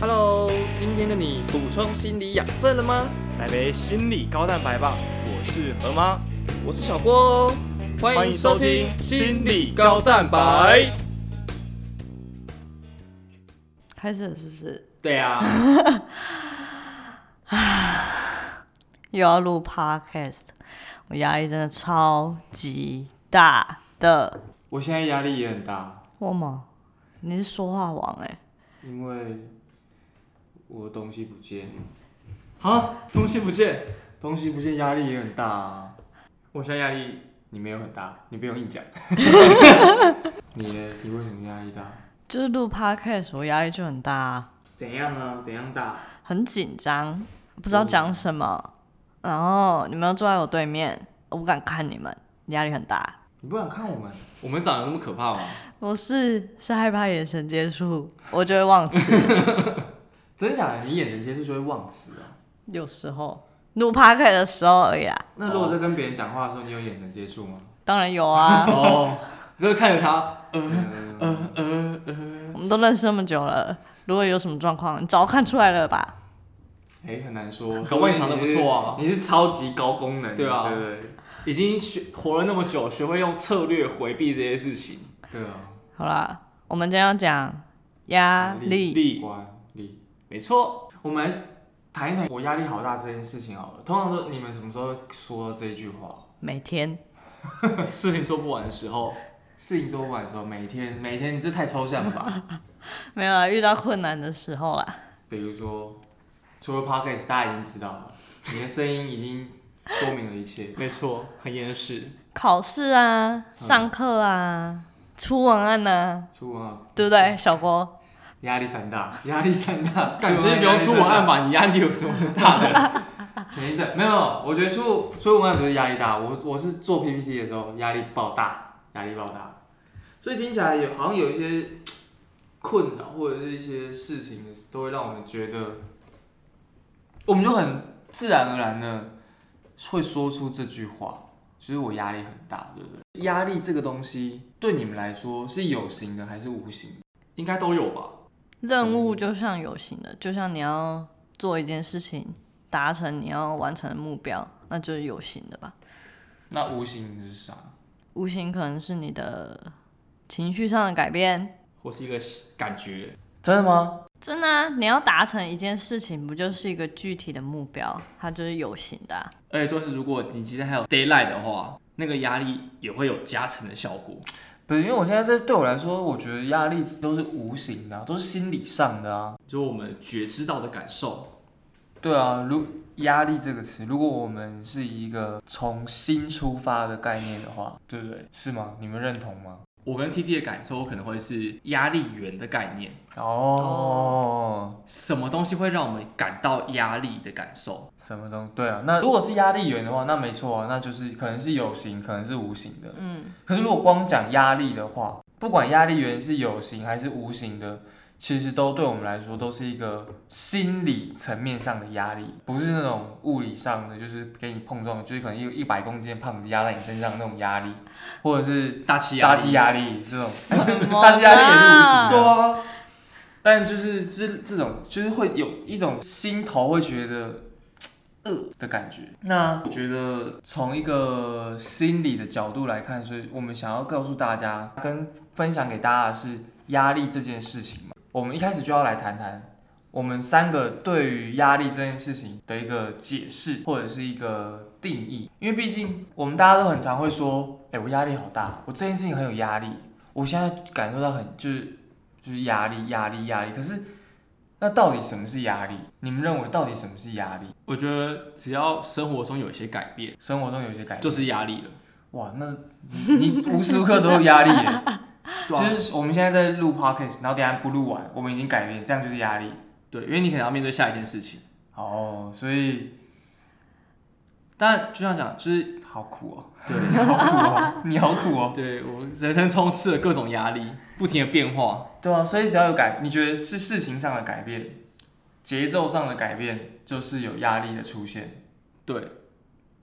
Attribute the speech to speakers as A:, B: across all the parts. A: Hello，今天的你补充心理养分了吗？
B: 来杯心理高蛋白吧！我是何妈，
A: 我是小郭哦，欢迎收听《心理高蛋白》。
C: 开始了是不是？
A: 对啊，
C: 又要录 podcast，我压力真的超级大的。
B: 我现在压力也很大，
C: 我吗？你是说话王哎、
B: 因为我东西不见。 啊，东西不见，东西不见，压力也很大啊。我现在压力你没有很大，你不用硬讲。 你呢？你为什么压力大？
C: 就是录 podcast 我压力就很大啊，
B: 怎样啊？怎样大？
C: 很紧张，不知道讲什么。然后你们又坐在我对面，我不敢看你们，压力很大。
B: 你不敢看我们？我们长得那么可怕吗？
C: 我是是害怕眼神接触，我就会忘词。
B: 真的假的？你眼神接触就会忘词啊？
C: 有时候录 podcast 的时候而已啦，
B: 那如果在跟别人讲话的时候，你有眼神接触吗？
C: 当然有啊，
B: 哦，就是看着他，
D: 呃
B: 嗯
C: 我们都认识那么久了，如果有什么状况，你早看出来了吧？
B: 哎、很难说，
D: 搞不好你藏得不错啊
B: 你是你是超级高功能，
D: 对啊
B: 对对
D: 已经学活了那么久，学会用策略回避这些事情。
B: 对啊，
C: 好啦，我们今天要讲压啊力。
D: 力
B: 管理。
D: 没 错，
B: 我们来谈一谈我压力好大这件事情好了。通常都你们什么时候会说这一句话？
C: 每天
D: 事情做不完的时候，
B: 事情做不完的时候，每天每天，你这太抽象了吧？
C: 没有啦，遇到困难的时候啦，
B: 比如说，除了 podcast，大家已经知道了，你的声音已经说明了一切。
D: 没错，很严实。
C: 考试啊，上课啊，出文案呐、
B: 出文案
C: 啊，对不对，小郭？
B: 压力山大，压力山大，
D: 感觉不用出文案
B: 吧？
D: 吧，你压力有什么大的？
B: 前一阵没有，没有我觉得出出文案不是压力大，我我是做 PPT 的时候压力爆大，压力爆大，所以听起来也好像有一些困扰或者是一些事情，都会让我们觉得，我们就很自然而然的会说出这句话，就是我压力很大，对不对？压力这个东西对你们来说是有形的还是无形的？
D: 应该都有吧？
C: 任务就像有形的，就像你要做一件事情，达成你要完成的目标，那就是有形的吧。
B: 那无形的是啥？
C: 无形可能是你的情绪上的改变，
D: 或是一个感觉，
B: 真的吗？
C: 真的啊、你要达成一件事情，不就是一个具体的目标，它就是有形的啊、
D: 而且就是如果你今天还有 d a y l i g h t 的话，那个压力也会有加成的效果。
B: 不是，因为我现在这对我来说，我觉得压力都是无形的啊、都是心理上的啊。
D: 就我们觉知到的感受，
B: 对啊，如压力这个词，如果我们是一个从心出发的概念的话，对不对？是吗？你们认同吗？
D: 我跟 T T 的感受可能会是压力源的概念，
B: 哦，
D: 什么东西会让我们感到压力的感受？
B: 什么东对啊，那如果是压力源的话，那没错啊，那就是可能是有形，可能是无形的。
C: 嗯，
B: 可是如果光讲压力的话，不管压力源是有形还是无形的，其实都对我们来说都是一个心理层面上的压力，不是那种物理上的，就是给你碰撞，就是可能一一百公斤的胖子压在你身上那种压力，或者是
D: 大气压
B: 大
D: 力，
B: 气压力这种，
C: 什么
B: 大气压力也是无形
C: 啦
B: 的。对啊，但就是这这种就是会有一种心头会觉得。呃的感觉。那我觉得从一个心理的角度来看，所以我们想要告诉大家，跟分享给大家的是压力这件事情嘛。我们一开始就要来谈谈我们三个对于压力这件事情的一个解释或者是一个定义，因为毕竟我们大家都很常会说，哎、我压力好大，我这件事情很有压力，我现在感受到很就是就是压力压力压力，可是。那到底什么是压力？你们认为到底什么是压力？
D: 我觉得只要生活中有一些改变，
B: 生活中有一些改变，
D: 就是压力了。
B: 哇，那你你无时无刻都有压力耶。
D: 对啊
B: 就是我们现在在录 podcast，然后等一下不录完，我们已经改变，这样就是压力。
D: 对，因为你可能要面对下一件事情。
B: 哦，所以
D: 但就像讲，就是
B: 好苦哦，
D: 对，
B: 你 好苦哦，你好苦哦。
D: 对我人生充斥了各种压力，不停的变化。
B: 对啊，所以只要有改，你觉得是事情上的改变，节奏上的改变，就是有压力的出现。
D: 对，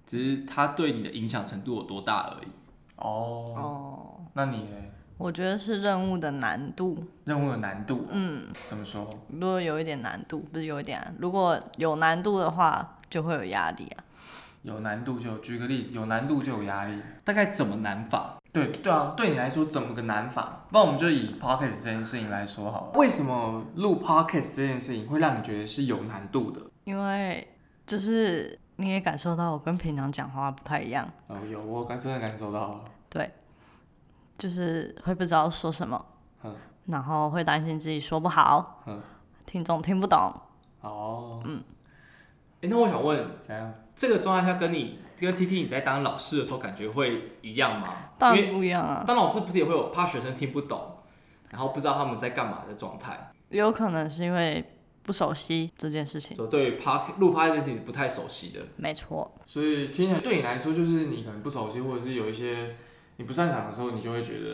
D: 只是它对你的影响程度有多大而已。
B: 哦，
C: 哦，
B: 那你呢？
C: 我觉得是任务的难度，
B: 任务有难度。嗯，怎么说？
C: 如果有一点难度，不是有一点、啊，如果有难度的话，就会有压力啊。
B: 有难度就有举个例，有难度就有压力。
D: 大概怎么难法？
B: 对对啊，对你来说怎么个难法？不然我们就以 podcast 这件事情来说好了。为什么录 podcast 这件事情会让你觉得是有难度的？
C: 因为就是你也感受到我跟平常讲话不太一样，
B: 哦，有我感真的感受到了。
C: 对，就是会不知道说什么，
B: 嗯
C: 然后会担心自己说不好，
B: 嗯
C: 听众听不懂。
B: 哦，
D: 哎、那我想问，
B: 怎样？
D: 这个状态下跟你跟 T T 你在当老师的时候感觉会一样吗？
C: 当
D: 因
C: 然
D: 为
C: 不一样啊，
D: 当老师不是也会有怕学生听不懂，然后不知道他们在干嘛的状态？
C: 有可能是因为不熟悉这件事情。
D: 就对于 park 录 park 这件事情是不太熟悉的。
C: 没错，
B: 所以听起来对你来说，就是你可能不熟悉，或者是有一些你不擅长的时候，你就会觉得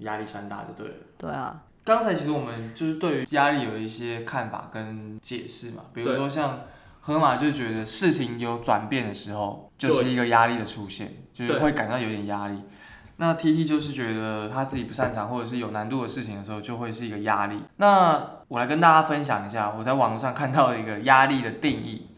B: 压力山大，就对了。
C: 对啊，
B: 刚才其实我们就是对于压力有一些看法跟解释嘛，比如
D: 对
B: 说像河马就觉得事情有转变的时候，就是一个压力的出现，就是
D: 对
B: 会感到有点压力。那 T T 就是觉得他自己不擅长或者是有难度的事情的时候，就会是一个压力。那我来跟大家分享一下，我在网络上看到的一个压力的定义。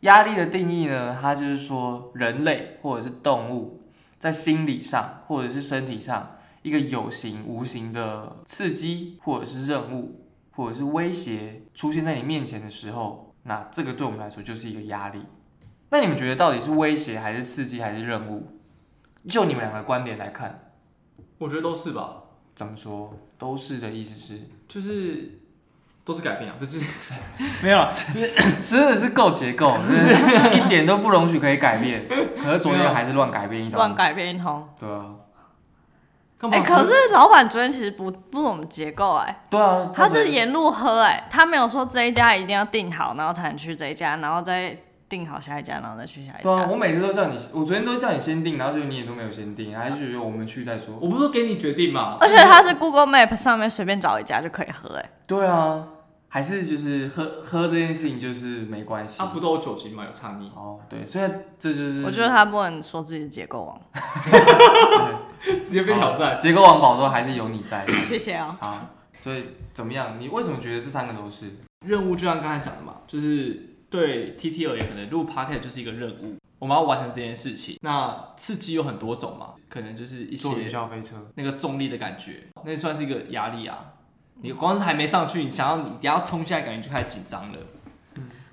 B: 压力的定义呢，它就是说人类或者是动物在心理上或者是身体上一个有形无形的刺激或者是任务或者是威胁出现在你面前的时候，那这个对我们来说就是一个压力。那你们觉得到底是威胁还是刺激还是任务？就你们两个观点来看，
D: 我觉得都是吧，
B: 怎么说都是的意思是，
D: 就是都是改变啊，不是
B: 没有， 真的是够结 构，真的是一点都不容许可以改变。可是昨天还是乱改变一通，
C: 乱改变一通。
B: 对啊，
D: 干嘛？
C: 哎、可是老板昨天其实不不怎么结构哎、
B: 对啊，
C: 他是
B: 也
C: 沿路喝哎、他没有说这一家一定要订好，然后才能去这一家，然后再订好下一家，然后再去下一
B: 对啊，
C: 家。
B: 我每次都叫你，我昨天都叫你先定，然后就你也都没有先定，还是觉得我们去再说。
D: 我不是说给你决定嘛？
C: 而且他是 Google Map 上面随便找一家就可以喝哎、
B: 对啊，还是就是喝喝这件事情就是没关系
D: 啊，。不都有酒精嘛，有差异，
B: 哦，对，所以这就是
C: 我觉得他不能说自己是结构王。
D: 直接被挑战。
B: 结构王宝说还是有你在。
C: 谢谢啊。
B: 好，所以怎么样？你为什么觉得这三个都是？
D: 任务就像刚才讲的嘛，就是对 T T 而言，可能录 podcast 就是一个任务，我们要完成这件事情。那刺激有很多种嘛，可能就是一些
B: 坐云霄飞车。
D: 那个重力的感觉，那算是一个压力啊。你光是还没上去，你想要你等一下要冲下来，感觉你就开始紧张了。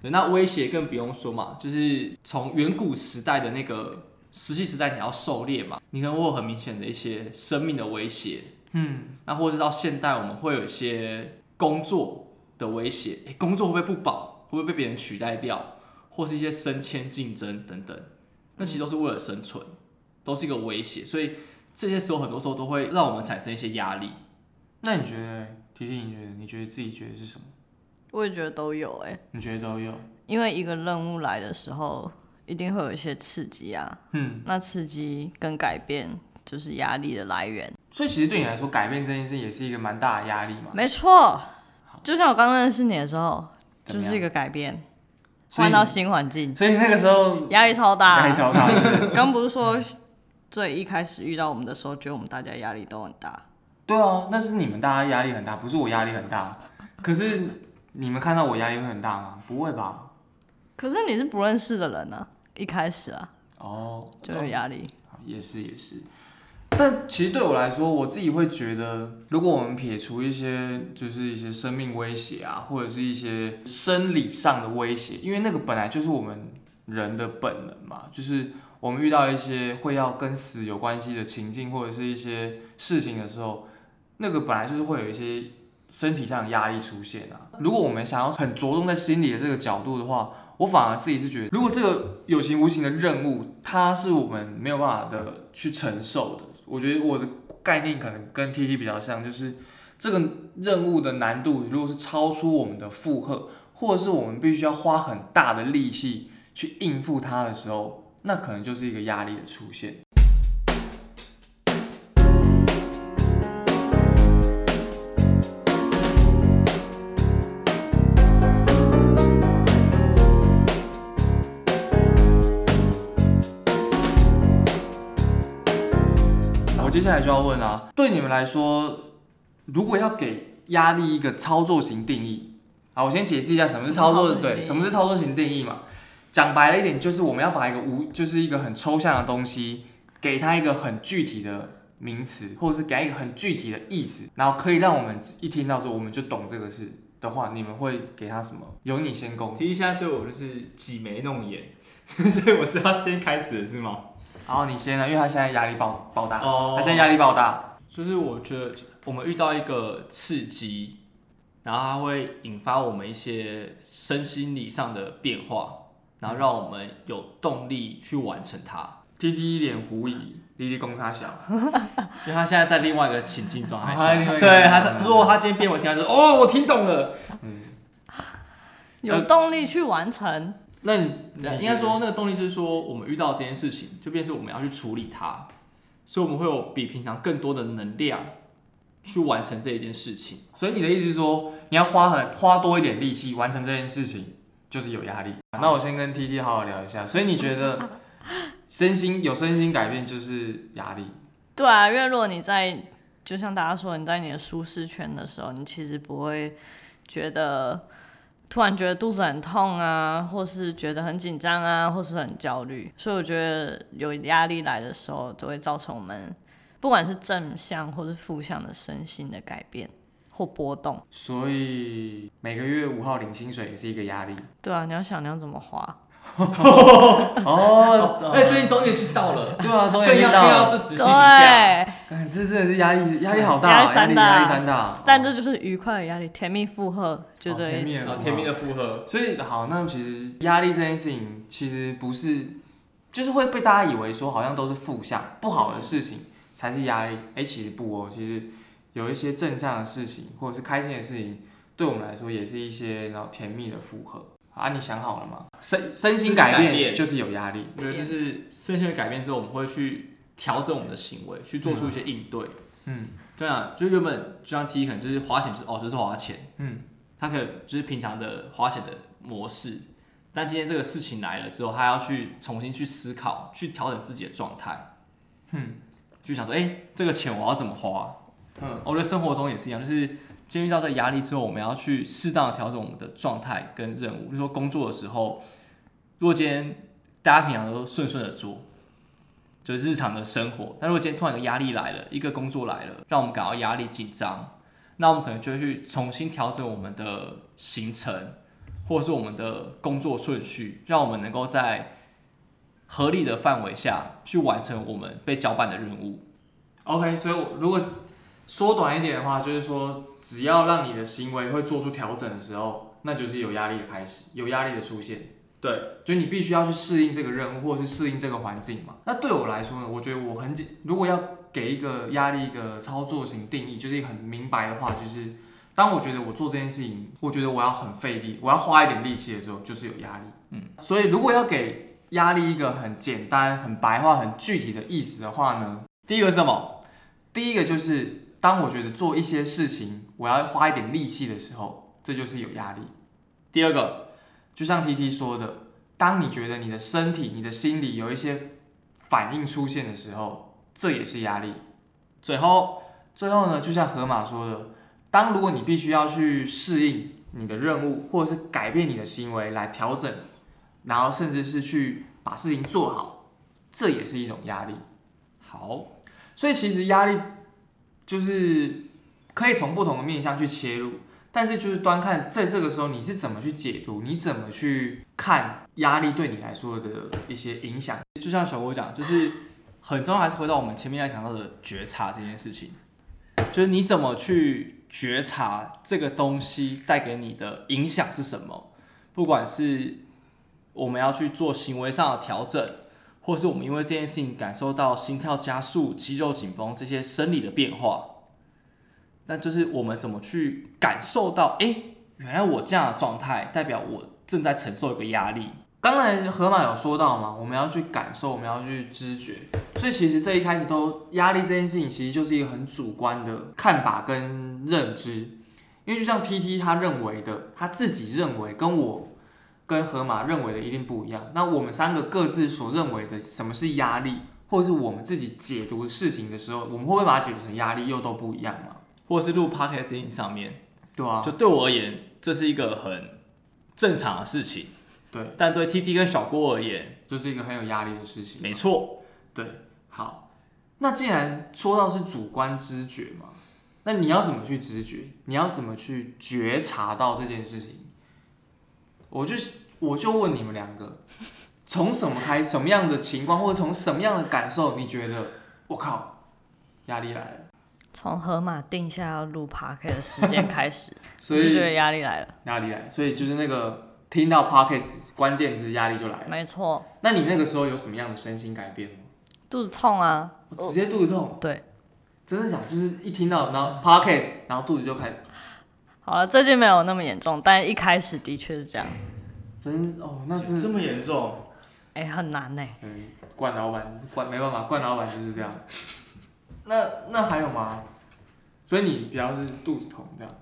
D: 对，那威胁更不用说嘛，就是从远古时代的那个石器时代，你要狩猎嘛，你可能会有很明显的一些生命的威胁。
B: 嗯，
D: 那或者是到现代，我们会有一些工作的威胁，诶，工作会不会不保？会不会被别人取代掉？或是一些升迁竞争等等，那其实都是为了生存，都是一个威胁，所以这些时候很多时候都会让我们产生一些压力。
B: 那你觉得？提醒你觉得？你觉得自己觉得是什么？
C: 我也觉得都有哎、
B: 你觉得都有？
C: 因为一个任务来的时候，一定会有一些刺激啊。
B: 嗯，
C: 那刺激跟改变就是压力的来源。
B: 所以其实对你来说，改变这件事也是一个蛮大的压力嘛。
C: 没错，就像我刚认识你的时候，
B: 怎
C: 就
B: 么样
C: 是一个改变，
B: 所以
C: 换到新环境，
B: 所以那个时候
C: 压力超大
B: 还。小他，
C: 刚不是说最一开始遇到我们的时候，觉得我们大家压力都很大，
B: 对啊，那是你们大家压力很大，不是我压力很大。可是你们看到我压力会很大吗？不会吧？
C: 可是你是不认识的人呢、一开始啊
B: 哦，
C: 就有压力。
B: 也是也是。但其实对我来说，我自己会觉得，如果我们撇除一些就是一些生命威胁啊，或者是一些生理上的威胁，因为那个本来就是我们人的本能嘛，就是我们遇到一些会要跟死有关系的情境或者是一些事情的时候，那个本来就是会有一些身体上的压力出现啊。如果我们想要很着重在心理的这个角度的话，我反而自己是觉得，如果这个有形无形的任务，它是我们没有办法的去承受的。我觉得我的概念可能跟 T T 比较像，就是这个任务的难度如果是超出我们的负荷，或者是我们必须要花很大的力气去应付它的时候，那可能就是一个压力的出现。我接下下来就要问啊，对你们来说，如果要给压力一个操作型定义，好，我先解释一下什么是操作，
C: 什么
B: 对，什么
C: 是操作型定义
B: 是操作型定义嘛？讲白了一点，就是我们要把一个无，就是一个很抽象的东西，给它一个很具体的名词，或者是给它一个很具体的意思，然后可以让我们一听到说我们就懂这个事的话，你们会给它什么？由你先攻。
D: 提一下对我就是挤眉弄眼， 所以我是要先开始的是吗？
B: 然后你先啊呢，因为他现在压力爆爆大，
D: 哦
B: 他现在压力爆大，
D: 就是我觉得我们遇到一个刺激，然后它会引发我们一些身心理上的变化，然后让我们有动力去完成它。
B: T T 一脸狐疑，莉莉攻他小。
D: 因为他现在在另外一个情境状态
B: 他在另外
D: 下，
B: 一个
D: 对他在，如果他今天变为听，他就说哦，我听懂了。
B: 呃
C: 有动力去完成。
B: 那你
D: 应该说，那个动力就是说，我们遇到这件事情，就变成我们要去处理它，所以我们会有比平常更多的能量去完成这一件事情。
B: 所以你的意思是说，你要花很花多一点力气完成这件事情，就是有压力。那我先跟 T T 好啊好聊一下。所以你觉得身心有身心改变就是压力？
C: 对啊，因为如果你在，就像大家说，你在你的舒适圈的时候，你其实不会觉得突然觉得肚子很痛啊，或是觉得很紧张啊，或是很焦虑。所以我觉得有压力来的时候，都会造成我们不管是正向或是负向的身心的改变或波动。
B: 所以每个月五号领薪水也是一个压力。
C: 对啊，你要想你要怎么花。
B: 哦，
D: 哎，最近终点期到 了，
B: 对啊，终于
D: 更
B: 听
D: 要
B: 到
D: 更要
B: 了。
D: 是执
C: 对
D: 行一下。，
B: 干这真的是压力，压力好大，
C: 压
B: 压
C: 力
B: 力
C: 山大
B: 压力山大。
C: 但这就是愉快的压力，甜蜜负荷，就
B: 哦
C: 这
B: 甜
C: 意
B: 蜜
C: 思。
B: 的
D: 啊，甜蜜的负荷。
B: 所以好，那其实压力这件事情其实不是，就是会被大家以为说好像都是负向不好的事情才是压力，哎、其实不哦，其实有一些正向的事情或者是开心的事情，对我们来说也是一些然后甜蜜的负荷啊。你想好了吗？身身心改
D: 改变
B: 变就是有压力，
D: 我觉得就是身心的改变之后，我们会去调整我们的行为，去做出一些应对。
B: 嗯，
D: 对啊，就原本就像 T 可能就是花钱，就是哦，就是花钱，
B: 嗯，
D: 他可能就是平常的花钱的模式，但今天这个事情来了之后，他要去重新去思考，去调整自己的状态，
B: 嗯，
D: 就想说，哎、这个钱我要怎么花？
B: 嗯，
D: 我觉得生活中也是一样，就是今天遇到这个压力之后，我们要去适当的调整我们的状态跟任务。比如说工作的时候，如果今天大家平常都顺顺的做，就是日常的生活，但如果今天突然有个压力来了，一个工作来了，让我们感到压力紧张，那我们可能就会去重新调整我们的行程，或者是我们的工作顺序，让我们能够在合理的范围下去完成我们被交办的任务。
B: OK，所以我如果缩短一点的话，就是说，只要让你的行为会做出调整的时候，那就是有压力的开始，有压力的出现。
D: 对，
B: 就你必须要去适应这个任务，或者是适应这个环境嘛。那对我来说呢，我觉得我很简，如果要给一个压力一个操作型定义，就是一个很明白的话，就是当我觉得我做这件事情，我觉得我要很费力，我要花一点力气的时候，就是有压力。嗯，所以如果要给压力一个很简单、很白话、很具体的意思的话呢，
D: 第一个是什么？
B: 第一个就是，当我觉得做一些事情我要花一点力气的时候，这就是有压力。
D: 第二个，
B: 就像 T T 说的，当你觉得你的身体、你的心理有一些反应出现的时候，这也是压力。
D: 最后
B: 最后呢，就像河马说的，当如果你必须要去适应你的任务，或者是改变你的行为来调整，然后甚至是去把事情做好，这也是一种压力。
D: 好，
B: 所以其实压力就是可以从不同的面向去切入，但是就是端看在这个时候你是怎么去解读，你怎么去看压力对你来说的一些影响。
D: 就像小郭讲，就是很重要，还是回到我们前面要讲到的觉察这件事情，就是你怎么去觉察这个东西带给你的影响是什么，不管是我们要去做行为上的调整。或是我们因为这件事情感受到心跳加速、肌肉紧绷这些生理的变化，那就是我们怎么去感受到，诶，原来我这样的状态代表我正在承受一个压力，
B: 当然，河马有说到嘛，我们要去感受，我们要去知觉，所以其实这一开始都压力这件事情，其实就是一个很主观的看法跟认知，因为就像 T T 他认为的，他自己认为跟我跟河马认为的一定不一样。那我们三个各自所认为的什么是压力，或者是我们自己解读事情的时候，我们会不会把它解读成压力，又都不一样嘛？
D: 或者是录 podcast 上面，
B: 对啊，
D: 就对我而言，这是一个很正常的事情，
B: 对，
D: 但对 T T 跟小郭而言，
B: 这是一个很有压力的事情。
D: 没错，
B: 对，好，那既然说到是主观知觉嘛，那你要怎么去知觉？你要怎么去觉察到这件事情？我就是我就问你们两个，从什么开，什么样的情况，或者从什么样的感受，你觉得我靠，压力来了？
C: 从河马定下要录 p a r k 的时间开始，
B: 所
C: 你就觉
B: 以
C: 得压力来了。
B: 压力来，所以就是那个听到 podcast 关键字压力就来了。
C: 没错，
B: 那你那个时候有什么样的身心改变吗？
C: 肚子痛啊，
B: 我直接肚子痛，
C: 对，
B: 真的讲就是一听到然后 podcast，然后肚子就开始。
C: 好了，最近没有那么严重，但一开始的确是这样，
B: 真哦，那真
D: 这
B: 是
D: 么严重，
C: 哎、很难呢、
B: 嗯，冠老板冠没办法，冠老板就是这样。 那那还有吗？所以你比较是肚子痛这样，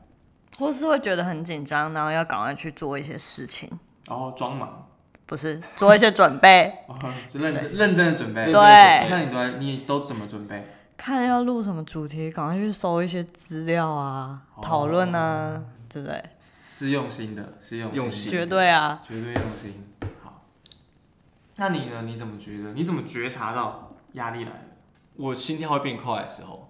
C: 或是会觉得很紧张，然后要赶快去做一些事情，
B: 然后装忙，
C: 不是做一些准备，
B: 哦，是认真认真的准备。
C: 对
B: 那你都在你都怎么准备？
C: 看要录什么主题，赶快去搜一些资料啊，
B: 哦
C: 讨论啊，对不对？
B: 是用心的，是用
D: 用
B: 心
D: 心
B: 的，
C: 绝对啊，
B: 绝对用心。好，那你呢？你怎么觉得？你怎么觉察到压力来了？
D: 我心跳会变快的时候，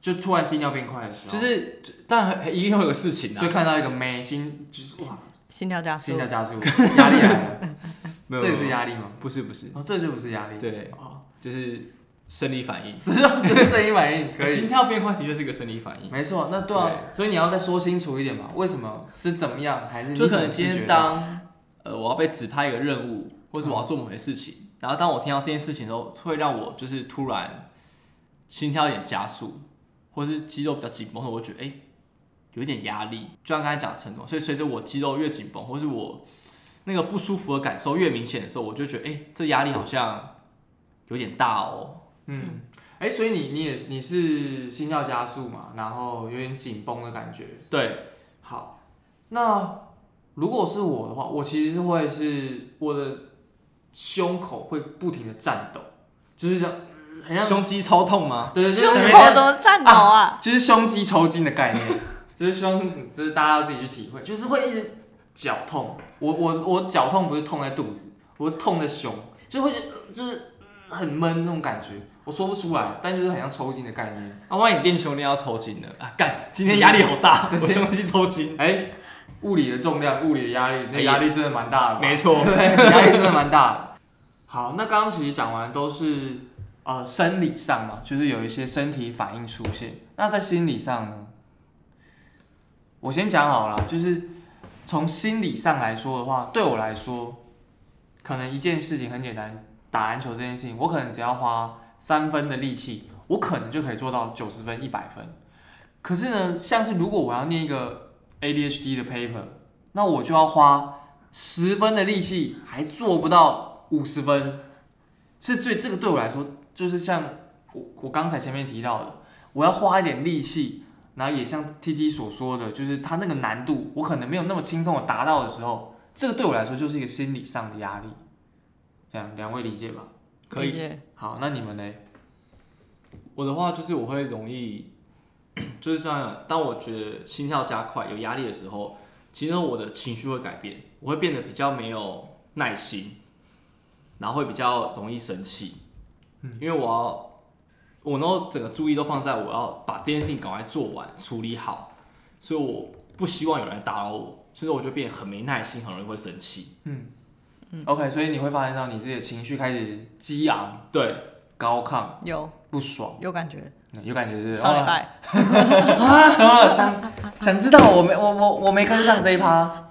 B: 就突然心跳变快的时候，
D: 就是但一定会有事情
B: 所以
D: 啊，
B: 看到一个美心，就是哇，
C: 心跳加
B: 心
C: 速
B: 跳，加速，压力来了，
D: 没有
B: 这个是，
D: 没有
B: 压力吗？
D: 不是不是，
B: 哦，这就不是压力，
D: 对，
B: 哦，
D: 就是生理反应，
B: 只是这是声音反应， 可
D: 心
B: 以，
D: 跳变快的确是一个生理反应。
B: 没错，那对啊，所以你要再说清楚一点嘛，为什么是怎么样，还是你
D: 就可
B: 怎么
D: 能今
B: 自觉
D: 天
B: 的
D: 当呃我要被指派一个任务，或者我要做某些事情，然后当我听到这件事情的时候，会让我就是突然心跳有点加速，或是肌肉比较紧绷的时候，我会觉得哎、诶有一点压力。就像刚才讲的承重，所以随着我肌肉越紧绷，或是我那个不舒服的感受越明显的时候，我就觉得哎、诶这压力好像有点大哦。
B: 嗯，哎、所以你你也是你是心跳加速嘛，然后有点紧绷的感觉，
D: 对，
B: 好，那如果是我的话，我其实是会是我的胸口会不停的颤抖，就是这样，很像，
D: 胸肌超痛吗？
B: 对对对，
C: 胸
B: 就是
C: 口怎么颤抖啊？
B: 就是胸肌抽筋的概念，就是胸，就是大家要自己去体会，就是会一直绞痛。我我我绞痛不是痛在肚子，我痛在胸，就会觉得呃就是呃很闷那种感觉，我说不出来，但就是很像抽筋的概念。
D: 啊，万一你练胸练到抽筋了啊！干，今天压力好大，
B: 对
D: 我胸肌抽 筋。
B: 哎、物理的重量，物理的压力，那
D: 哎
B: 压力真的蛮大的吧。
D: 没错，
B: 对， 压力真的蛮大的。好，那刚刚其实讲完都是呃生理上嘛，就是有一些身体反应出现。那在心理上呢，我先讲好了，就是从心理上来说的话，对我来说，可能一件事情很简单，打篮球这件事情，我可能只要花三分的力气，我可能就可以做到九十分、一百分。可是呢，像是如果我要念一个 ADHD 的 paper，那我就要花十分的力气还做不到五十分，是最这个对我来说，就是像我我刚才前面提到的，我要花一点力气，然后也像 T T 所说的，就是它那个难度，我可能没有那么轻松的达到的时候，这个对我来说就是一个心理上的压力。这样两位理解吧？
D: 可以
C: 理。解
B: 好，那你们呢？
D: 我的话就是我会容易，就是像当我觉得心跳加快、有压力的时候，其实我的情绪会改变，我会变得比较没有耐心，然后会比较容易生气，
B: 嗯
D: 因为我要我能够整个注意都放在我要把这件事情赶快做完、处理好，所以我不希望有人打扰我，所以我就变得很没耐心，很容易会生气。
B: OK，所以你会发现到你自己的情绪开始激昂、
D: 对，
B: 高亢、
C: 有
B: 不爽，
C: 有感觉，
B: 嗯有感觉是不是
C: 上
B: 哦
C: 礼拜
B: 啊，怎么了？想想知道我没我我我没跟上这一趴，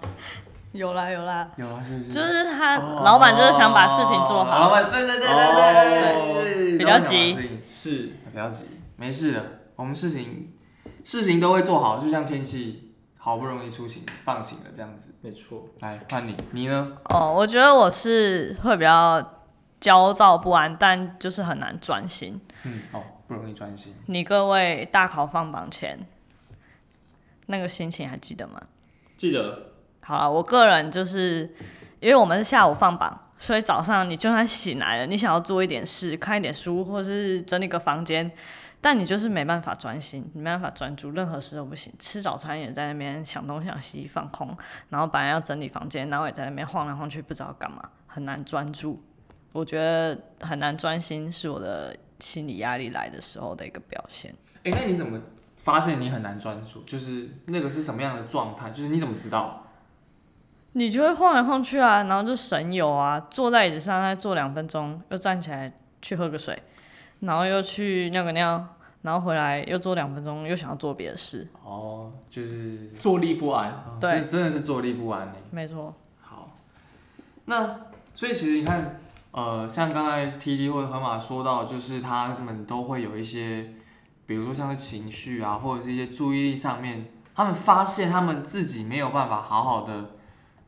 C: 有啦有啦，
B: 有啊，是不是？
C: 就是他老板就是想把事情做
B: 哦老
C: 好，
B: 板，对对对对对对对，
C: 比较
B: 老板想把
C: 急
B: 事情，
D: 是
B: 不要急，没事的，我们事情事情都会做好，就像天气好不容易出晴放晴了这样子。
D: 没错，
B: 来换你，你呢？
C: 哦，我觉得我是会比较焦躁不安，但就是很难专心。
B: 嗯，哦，不容易专心。
C: 你各位大考放榜前那个心情还记得吗？
D: 记得
C: 好了，我个人就是因为我们是下午放榜，所以早上你就算醒来了，你想要做一点事，看一点书，或是整理个房间，但你就是没办法专心，你没办法专注，任何事都不行。吃早餐也在那边想东想西，放空，然后本来要整理房间，然后也在那边晃来晃去，不知道干嘛，很难专注。我觉得很难专心是我的心理压力来的时候的一个表现。
B: 哎、那你怎么发现你很难专注？就是那个是什么样的状态？就是你怎么知道？
C: 你就会晃来晃去啊，然后就神游啊，坐在椅子上再坐两分钟，又站起来去喝个水，然后又去尿个尿，然后回来又坐两分钟，又想要做别的事。
B: 哦，就是
D: 坐立不安。
B: 哦
C: 对
B: 真真的是坐立不安呢。
C: 没错，
B: 好，那所以其实你看，呃，像刚才 T D 或者河马说到，就是他们都会有一些，比如说像是情绪啊，或者是一些注意力上面，他们发现他们自己没有办法好好的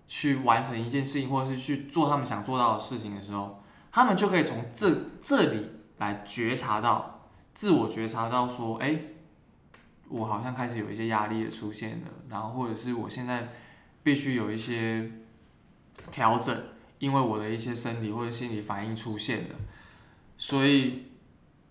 B: 去完成一件事情，或者是去做他们想做到的事情的时候，他们就可以从这这里来觉察到，自我觉察到说，哎、我好像开始有一些压力的出现了，然后或者是我现在必须有一些调整，因为我的一些生理或者心理反应出现了，所以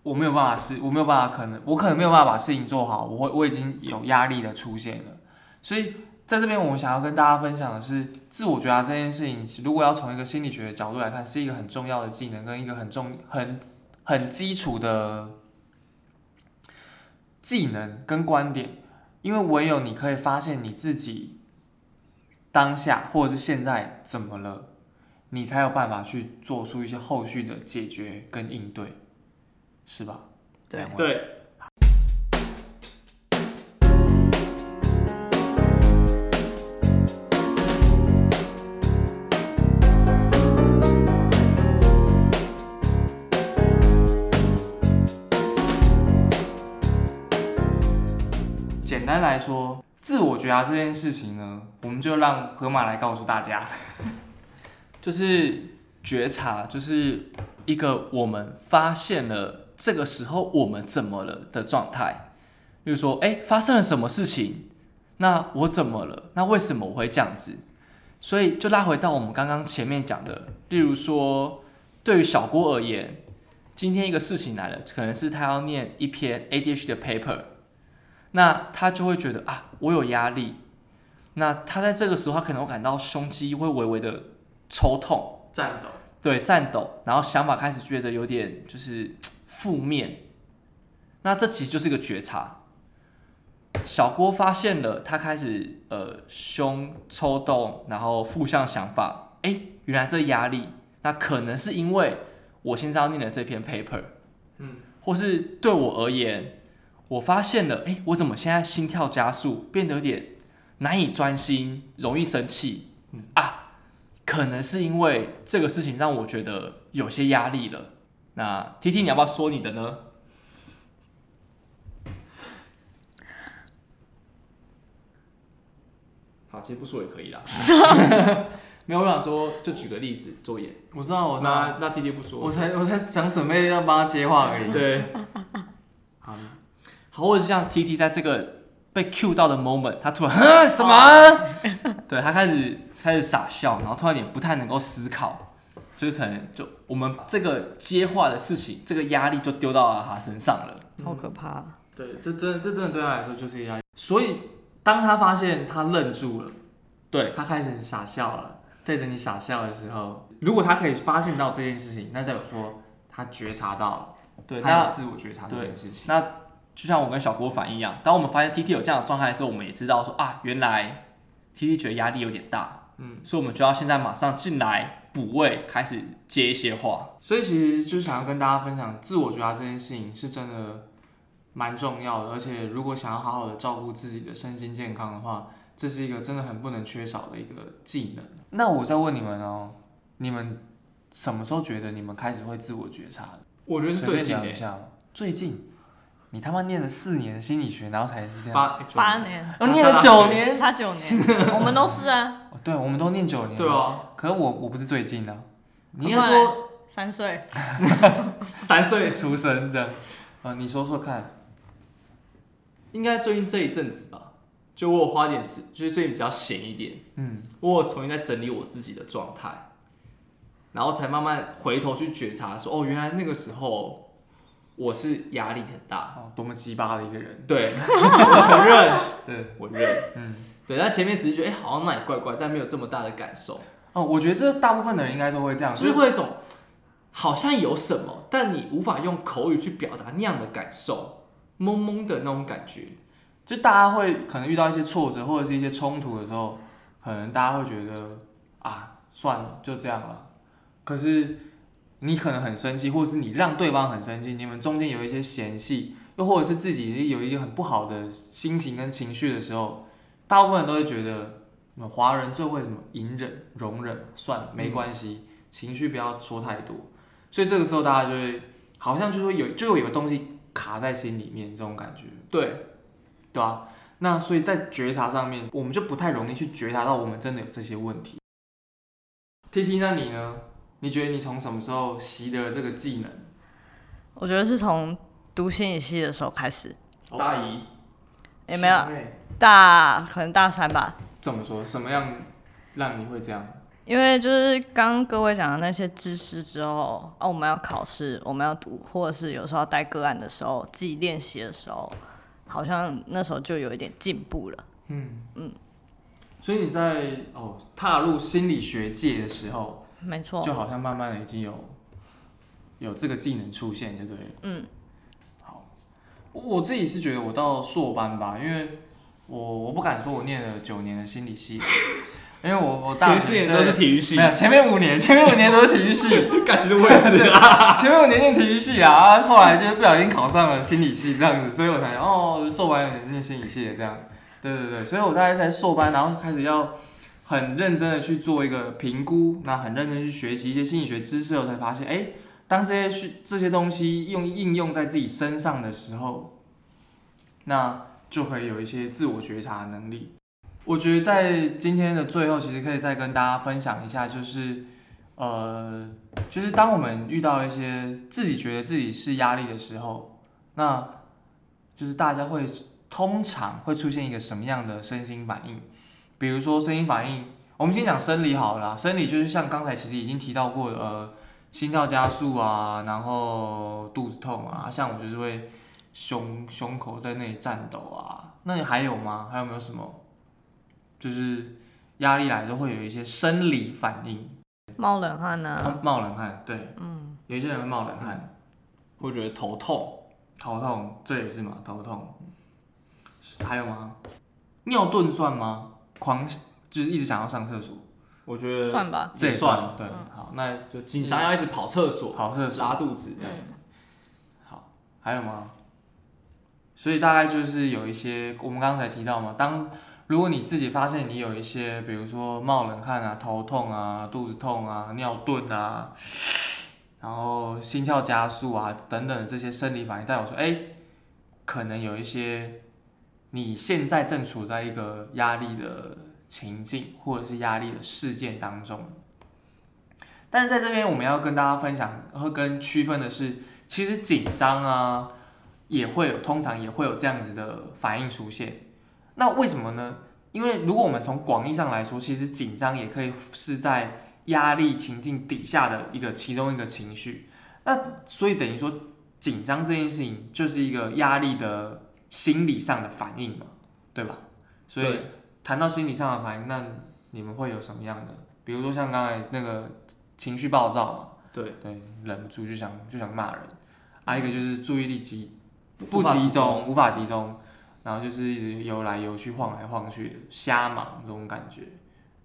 B: 我没有办法是，我没有办法可能，我可能没有办法把事情做好，我会我已经有压力的出现了，所以在这边我想要跟大家分享的是，自我觉察这件事情，如果要从一个心理学的角度来看，是一个很重要的技能跟一个很重很很基础的技能跟观点，因为唯有你可以发现你自己当下或者是现在怎么了，你才有办法去做出一些后续的解决跟应对，是吧？
C: 对
B: 两位
D: 对，
B: 简单来说，自我觉察这件事情呢，我们就让河马来告诉 大家。
D: 就是觉察，就是一个我们发现了这个时候我们怎么了的状态。例如说，哎、发生了什么事情？那我怎么了？那为什么我会这样子？所以就拉回到我们刚刚前面讲的，例如说，对于小郭而言，今天一个事情来了，可能是他要念一篇 ADH 的 paper，那他就会觉得啊，我有压力。那他在这个时候，他可能会感到胸肌会微微的抽痛，
B: 战斗，
D: 对，颤抖，然后想法开始觉得有点就是负面。那这其实就是一个觉察。小郭发现了，他开始呃胸抽动，然后负向想法，哎，原来这压力，那可能是因为我现在要念的这篇 paper，嗯，或是对我而言，我发现了，哎，我怎么现在心跳加速，变得有点难以专心，容易生气，啊，可能是因为这个事情让我觉得有些压力了。那 T T，你要不要说你的呢？好，其实不说也可以啦。 没有，我想说，就举个例子做演。
B: 我知道，我知道，
D: 那那 T T 不说，
B: 哦我才我才想准备要帮他接话 而已。
D: 对，
B: 好，
D: 好，或者是像 T T 在这个被 Q 到的 moment，他突然啊什么？对他开始开始傻笑，然后突然有点不太能够思考，就是可能就我们这个接话的事情，这个压力就丢到了他身上了。
C: 好可怕啊、
B: 对，这真的这真的对他来说就是压力。所以当他发现他愣住了，
D: 对，
B: 他开始傻笑了，对着你傻笑的时候，如果他可以发现到这件事情，那代表说他觉察到了，
D: 对，
B: 他
D: 那
B: 有自我觉察这件事情。
D: 那就像我跟小郭反应一样，当我们发现 T T 有这样的状态的时候，我们也知道说啊，原来 T T 觉得压力有点大，嗯，所以我们就要现在马上进来补位，开始接一些话。
B: 所以其实就想要跟大家分享，自我觉察这件事情是真的蛮重要的，而且如果想要好好的照顾自己的身心健康的话，这是一个真的很不能缺少的一个技能。那我再问你们哦，你们什么时候觉得你们开始会自我觉察的？
D: 我
B: 随便讲一下嘛，最近你他妈念了四年的心理学，然后才是这样，
D: 八
C: 八年，
B: 哦，念了九年，
C: 他九年，我们都是啊，
B: 哦对，我们都念九年，
D: 对啊，
B: 可是我我不是最近呢、你要
C: 不算
B: 说
C: 三岁，
B: 三岁出生的，啊，你说说看。
D: 应该最近这一阵子吧，就我有花点时，就是最近比较闲一点，
B: 嗯，
D: 我有重新在整理我自己的状态。然后才慢慢回头去觉察说，哦，原来那个时候我是压力很大，
B: 哦，多么鸡巴的一个人，
D: 对，我承认，
B: 对，
D: 我认，
B: 嗯，
D: 对，但前面只是觉得，哎、好像哪里怪怪，但没有这么大的感受，
B: 哦，我觉得这大部分的人应该都会这样，
D: 就是会有一种好像有什么，但你无法用口语去表达那样的感受，懵懵的那种感觉。
B: 就大家会可能遇到一些挫折或者是一些冲突的时候，可能大家会觉得啊，算了，就这样了。可是你可能很生气，或者是你让对方很生气，你们中间有一些嫌隙，又或者是自己有一个很不好的心情跟情绪的时候，大部分人都会觉得，嗯华人最会什么隐忍、容忍，算了，没关系，情绪不要说太多。所以这个时候大家就会好像就会有就会有个东西卡在心里面这种感觉。
D: 对，
B: 对啊，那所以在觉察上面，我们就不太容易去觉察到我们真的有这些问题。T T，那你呢？你觉得你从什么时候习得了这个技能？
C: 我觉得是从读心理系的时候开始，
D: 大姨，
C: 也没有
B: 行欸
C: 大，可能大三吧，
B: 怎么说？什么样让你会这样？
C: 因为就是刚各位讲的那些知识之后，啊，我们要考试，我们要读，或者是有时候要带个案的时候，自己练习的时候，好像那时候就有一点进步了。
B: 所以你在哦踏入心理学界的时候，
C: 没错，
B: 就好像慢慢的已经有有这个技能出现，就对了。嗯，好，我我自己是觉得我到硕班吧，因为我我不敢说我念了九年的心理系，因为我我大
D: 前
B: 学
D: 四年都是体育系
B: 没，有前面五年，前面五年都是体育系，
D: 感其实我也 是啊，
B: 前面五年念体育系啊，啊后来就是不小心考上了心理系这样子，所以我才想哦，硕班有念心理系的这样，对对对，所以我大概在硕班，然后开始要很认真的去做一个评估，那很认真地去学习一些心理学知识，我才发现，哎，当这些去这些东西用应用在自己身上的时候，那就可以有一些自我觉察能力。我觉得在今天的最后，其实可以再跟大家分享一下，就是呃，就是当我们遇到一些自己觉得自己是压力的时候，那就是大家会通常会出现一个什么样的身心反应？比如说身心反应，我们先讲生理好了啦，生理就是像刚才其实已经提到过的，呃，心跳加速啊，然后肚子痛啊，像我就是会胸胸口在那里颤抖啊。那你还有吗？还有没有什么？就是压力来的时候会有一些生理反应，
C: 冒冷汗呢、
B: 啊冒冷汗，对。
C: 嗯，
B: 有一些人会冒冷汗、
D: 我觉得头痛，
B: 头痛，这也是嘛，头痛。还有吗？尿遁算吗？狂就是一直想要上厕所，
D: 我觉得
C: 算吧。
B: 这也
D: 算
B: 对。好，那
D: 就紧张要一直跑厕所、
B: 跑厕所
D: 拉肚子，
C: 嗯，
B: 好，还有吗？所以大概就是有一些，我们刚才提到嘛，当如果你自己发现你有一些，比如说冒冷汗啊、头痛啊、肚子痛啊、尿遁啊，然后心跳加速啊等等的这些生理反应，代表说，哎、可能有一些你现在正处在一个压力的情境或者是压力的事件当中。但是在这边我们要跟大家分享和跟区分的是，其实紧张啊，也会有，通常也会有这样子的反应出现。那为什么呢？因为如果我们从广义上来说，其实紧张也可以是在压力情境底下的一个其中一个情绪。那所以等于说，紧张这件事情就是一个压力的心理上的反应嘛，对吧？所以
D: 对
B: 谈到心理上的反应，那你们会有什么样的？比如说像刚才那个情绪暴躁嘛，
D: 对，
B: 对，忍不住就想就想骂人。啊，一个就是注意力集
D: 无
B: 不
D: 法
B: 集
D: 集中
B: 中，无法集中，然后就是一直游来游去、晃来晃去、瞎忙这种感觉。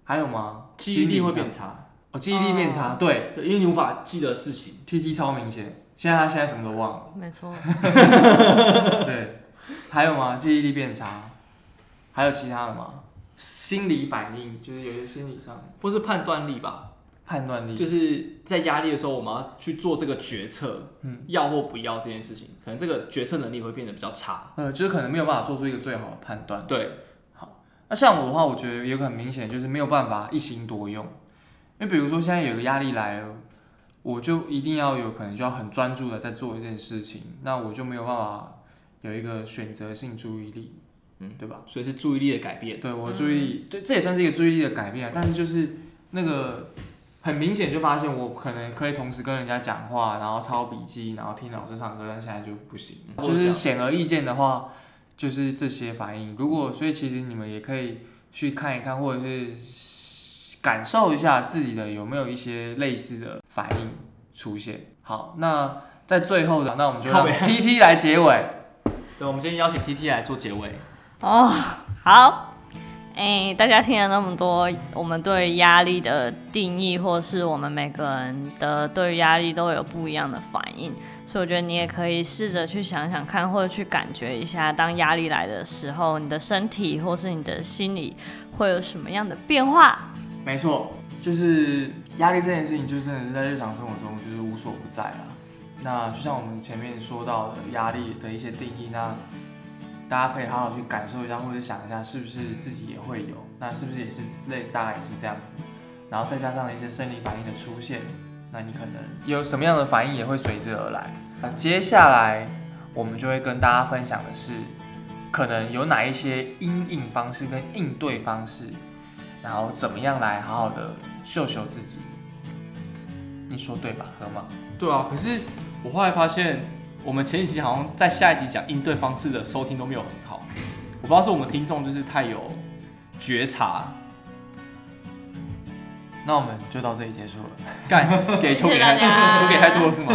B: 还有吗？
D: 记忆力
B: 心
D: 会
B: 上
D: 变差，
B: 哦，记忆力变差，对
D: 对，因为你无法记得事情，
B: ，T T 超明显，现在他现在什么都忘了。
C: 没错。
B: 对，还有吗？记忆力变差，还有其他的吗？心理反应就是有些心理上的
D: 或是判断力吧，
B: 判断力，
D: 就是在压力的时候，我们要去做这个决策，
B: 嗯，
D: 要或不要这件事情，可能这个决策能力会变得比较差。
B: 呃，就是可能没有办法做出一个最好的判断。
D: 对，
B: 那像我的话，我觉得有个很明显就是没有办法一心多用，因为比如说现在有个压力来了，我就一定要有可能就要很专注的在做一件事情，那我就没有办法有一个选择性注意力，
D: 嗯，
B: 对吧？
D: 所以是注意力的改变。
B: 对我的注意力，对，这也算是一个注意力的改变啊，但是就是那个很明显就发现我可能可以同时跟人家讲话，然后抄笔记，然后听老师上课，但现在就不行。
D: 嗯
B: 就是显而易见的话，就是这些反应。如果所以其实你们也可以去看一看，或者是感受一下自己的有没有一些类似的反应出现。好，那在最后的那我们就让
D: 靠北
B: T T 来结尾。
D: 对，我们今天邀请 T T 来做结尾。
C: 哦，好，哎、大家听了那么多，我们对压力的定义，或是我们每个人的对于压力都有不一样的反应，所以我觉得你也可以试着去想想看，或者去感觉一下，当压力来的时候，你的身体或是你的心理会有什么样的变化？
B: 没错，就是压力这件事情，就真的是在日常生活中就是无所不在啦。那就像我们前面说到的压力的一些定义，那大家可以好好去感受一下，或者想一下是不是自己也会有，那是不是也是类大概也是这样子，然后再加上一些生理反应的出现，那你可能有什么样的反应也会随之而来。那接下来我们就会跟大家分享的是，可能有哪一些因应方式跟应对方式，然后怎么样来好好的秀秀自己。你说对吧，河马？
D: 对啊，可是我后来发现，我们前几集好像在下一集讲应对方式的收听都没有很好，我不知道是我们听众就是太有觉察，
B: 那我们就到这里结束了。
D: 干给球给
C: 谢谢大家
D: 太球给太多了是吗？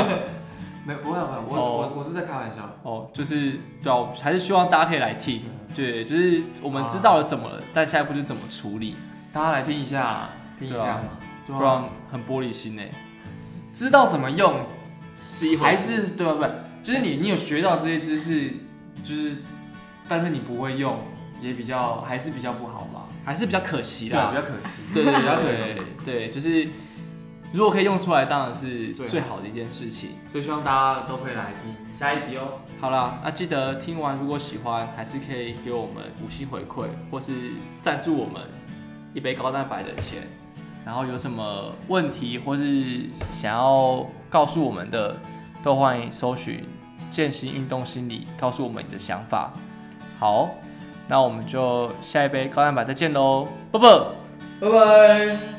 B: 没，不会，不会，
D: 我我
B: 我是在开玩笑。
D: 哦，就是对啊，我还是希望大家可以来听，对，就是我们知道了怎么了，但下一步就怎么处理，
B: 大家来听一下，听一
D: 对
B: 下
D: 啊，
B: 对啊
D: 不然很玻璃心呢。欸
B: 知道怎么用，
D: 是一
B: 还是对啊，不是，就是你你有学到这些知识，就是，但是你不会用，也比较还是比较不好吧？
D: 还是比较可惜
B: 对
D: 啦
B: 啊，比，较可惜。
D: 对对对，
B: 比较可惜。
D: 对，就是如果可以用出来，当然是
B: 最好
D: 最好的一件事情。
B: 所以希望大家都可以来听下一集哦。
D: 好啦，那记得听完如果喜欢，还是可以给我们五星回馈，或是赞助我们一杯高蛋白的钱。然后有什么问题或是想要告诉我们的，都欢迎搜寻“健心运动心理”，告诉我们你的想法。好，那我们就下一杯高蛋白再见喽，啵啵，拜拜。